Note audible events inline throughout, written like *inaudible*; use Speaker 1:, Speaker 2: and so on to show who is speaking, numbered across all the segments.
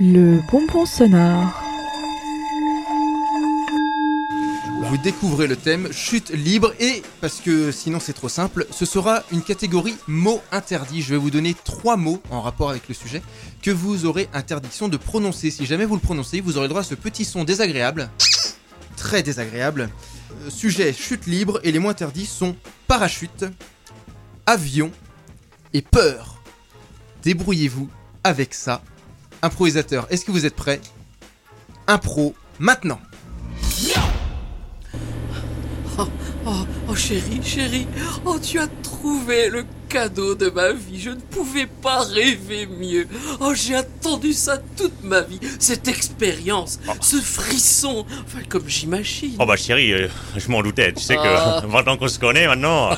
Speaker 1: Le bonbon sonore.
Speaker 2: Vous découvrez le thème chute libre et, parce que sinon c'est trop simple, ce sera une catégorie mots interdits. Je vais vous donner trois mots en rapport avec le sujet que vous aurez interdiction de prononcer. Si jamais vous le prononcez, vous aurez le droit à ce petit son désagréable, très désagréable. Euh, Sujet chute libre et les mots interdits sont parachute, avion et peur. Débrouillez-vous avec ça. Improvisateur, est-ce que vous êtes prêts Impro maintenant
Speaker 3: Oh, oh chérie, chérie, oh tu as trouvé le cadeau de ma vie. Je ne pouvais pas rêver mieux. Oh j'ai attendu ça toute ma vie. Cette expérience,
Speaker 4: Oh.
Speaker 3: ce frisson, enfin comme j'imagine.
Speaker 4: Oh bah chérie, euh, je m'en doutais, tu sais
Speaker 3: Ah.
Speaker 4: *laughs* que maintenant qu'on se connaît maintenant, *laughs*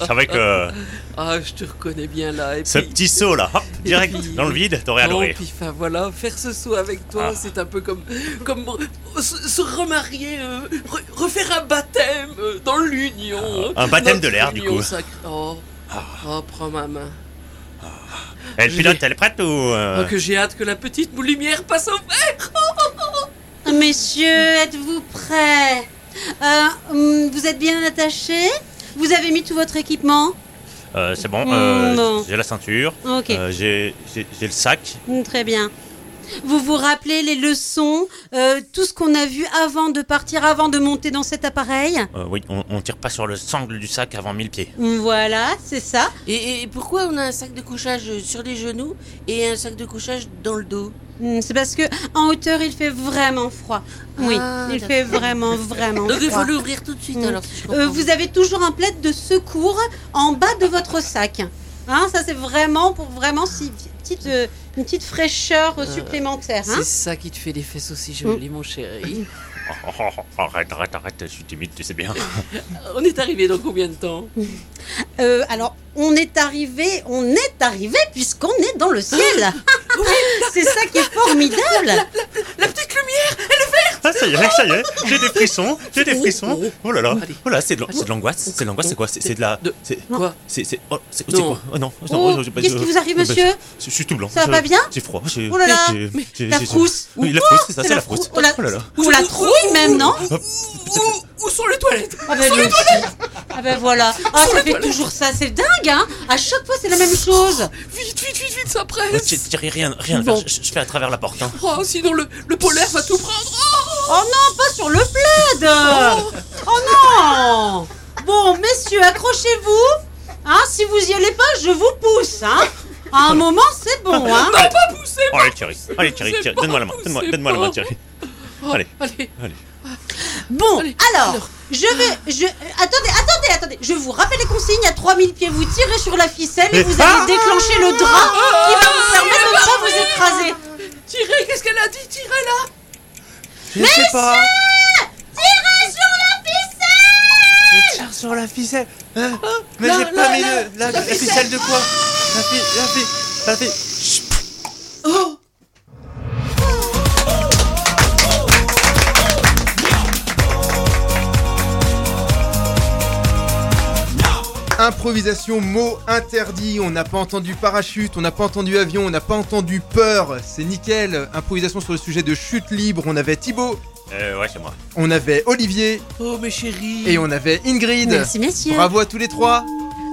Speaker 4: je savais que
Speaker 3: Ah je te reconnais bien là. Et *laughs*
Speaker 4: ce
Speaker 3: puis-
Speaker 4: petit saut là, hop, direct
Speaker 3: Et puis-
Speaker 4: dans le vide, t'aurais
Speaker 3: Non,
Speaker 4: adoré.
Speaker 3: puis enfin voilà, faire ce saut avec toi,
Speaker 4: Ah.
Speaker 3: c'est un peu comme, comme euh, se, se remarier, euh, re- refaire un baptême euh, dans l'union.
Speaker 4: Ah, un baptême de l'air, du
Speaker 3: Union
Speaker 4: coup. Ah.
Speaker 3: sacrée. Oh. oh, prends ma main.
Speaker 4: Elle
Speaker 3: je
Speaker 4: pilote,
Speaker 3: l'ai.
Speaker 4: elle est prête ou euh,
Speaker 3: Oh, que j'ai hâte que la petite lumière passe au vert.
Speaker 5: Messieurs, êtes-vous prêts Euh, hum, Vous êtes bien attachés Vous avez mis tout votre équipement
Speaker 4: euh, C'est bon, euh,
Speaker 5: Mm, non.
Speaker 4: j'ai la ceinture,
Speaker 5: Ok,
Speaker 4: euh, j'ai j'ai- j'ai le sac.
Speaker 5: hum, très bien. Vous vous rappelez les leçons, euh, tout ce qu'on a vu avant de partir, avant de monter dans cet appareil
Speaker 4: Euh, oui, on, on tire pas sur le sangle du sac avant 1000 pieds.
Speaker 5: Hum, Voilà, c'est ça.
Speaker 6: Et, et pourquoi on a un sac de couchage sur les genoux et un sac de couchage dans le dos
Speaker 5: Hum, C'est parce que en hauteur, il fait vraiment froid. Oui,
Speaker 6: Ah,
Speaker 5: il fait vraiment, vraiment
Speaker 6: Donc il faut
Speaker 5: froid.
Speaker 6: l'ouvrir tout de suite
Speaker 5: Mm.
Speaker 6: alors si je comprends.
Speaker 5: Euh, vous avez toujours un plaid de secours en bas de votre sac. Hein, ça, c'est vraiment pour vraiment si, petite, euh, une petite fraîcheur euh, supplémentaire. hein. Mm.
Speaker 3: C'est ça qui te fait les fesses aussi jolies, mon chéri.
Speaker 4: Oh, oh, oh, arrête, arrête, arrête, je suis timide, tu sais bien.
Speaker 3: On est arrivé dans combien de temps
Speaker 5: Euh, alors, on est arrivé, on est arrivé puisqu'on est dans
Speaker 4: *laughs*
Speaker 5: le ciel. c'est ça qui est formidable.
Speaker 3: La petite lumière
Speaker 4: Ah ça y est, ça y est, j'ai des frissons, j'ai des
Speaker 3: Oh,
Speaker 4: frissons.
Speaker 3: oh.
Speaker 4: Oh là là,
Speaker 3: Allez.
Speaker 4: oh là, c'est de l'an- c'est de l'angoisse, c'est de l'angoisse, c'est quoi C'est c'est de la...
Speaker 3: De-
Speaker 4: c'est-
Speaker 3: Quoi
Speaker 4: C'est c'est oh, c'est-
Speaker 3: Non.
Speaker 4: c'est quoi Oh non,
Speaker 5: Oh,
Speaker 4: non, j'ai pas-
Speaker 5: Qu'est-ce qui vous arrive,
Speaker 4: euh, bah,
Speaker 5: monsieur
Speaker 4: Je je suis tout blanc.
Speaker 5: Ça va
Speaker 4: Je-
Speaker 5: pas bien
Speaker 4: J'ai froid. j'ai-
Speaker 5: Oh là là,
Speaker 4: j'ai- j'ai-
Speaker 5: La
Speaker 4: j'ai-
Speaker 5: frousse.
Speaker 4: Oui, la frousse, c'est ça,
Speaker 5: C'est
Speaker 4: c'est
Speaker 5: la
Speaker 4: la frousse.
Speaker 5: frousse. Oh là-
Speaker 4: là.
Speaker 5: Ou la trouille même, non
Speaker 3: Où, où- où sont les toilettes
Speaker 5: Ah ben, lui aussi. Ah ben voilà. Ah, ça fait toujours ça. C'est dingue, hein À chaque fois, c'est la même chose.
Speaker 3: Vite, vite, vite, vite, ça
Speaker 4: Oh,
Speaker 3: presse
Speaker 4: j'ai- j'ai rien, rien à
Speaker 3: Bon.
Speaker 4: faire. Je, je fais à travers la porte. hein.
Speaker 3: Oh, sinon le, le polaire va tout prendre
Speaker 5: Oh non, pas sur le plaid Oh non Bon, messieurs, accrochez-vous. Hein, si vous y allez pas, je vous pousse, hein À un moment, c'est bon, hein
Speaker 3: Non, pas poussé
Speaker 4: Oh, allez, Thierry. Allez, Thierry,
Speaker 3: c'est
Speaker 4: Thierry,
Speaker 3: pas-
Speaker 4: donne-moi la main. Donne-moi
Speaker 3: c'est
Speaker 4: donne-moi la
Speaker 3: pas-
Speaker 4: main, Thierry.
Speaker 3: Oh,
Speaker 4: Allez.
Speaker 3: Allez
Speaker 4: Allez.
Speaker 5: Bon,
Speaker 3: Allez,
Speaker 5: alors,
Speaker 3: alors.
Speaker 5: je vais... Je, euh, attendez, attendez, attendez Je vous rappelle les consignes, à 3000 pieds, vous tirez sur la ficelle et
Speaker 4: Mais-
Speaker 5: vous allez déclencher le drap qui va vous permettre de pas vous écraser.
Speaker 3: Tirez, qu'est-ce qu'elle a dit Tirez là
Speaker 2: Je sais pas
Speaker 5: Tirez sur la ficelle
Speaker 2: Je tire sur la ficelle Hein Mais
Speaker 3: Là,
Speaker 2: j'ai
Speaker 3: là,
Speaker 2: pas mis
Speaker 3: là,
Speaker 2: le... La, la ficelle. de quoi La fi- La fi- La fi- Improvisation, mots interdits, on n'a pas entendu parachute, on n'a pas entendu avion, on n'a pas entendu peur, c'est nickel. Improvisation sur le sujet de chute libre, on avait Thibaut,
Speaker 4: Euh, ouais, c'est moi.
Speaker 2: on avait Olivier
Speaker 3: Oh, mes chéris
Speaker 2: et on avait Ingrid.
Speaker 5: Merci, messieurs
Speaker 2: Bravo à tous les trois.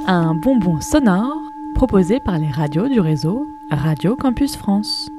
Speaker 1: Un bonbon sonore proposé par les radios du réseau Radio Campus France.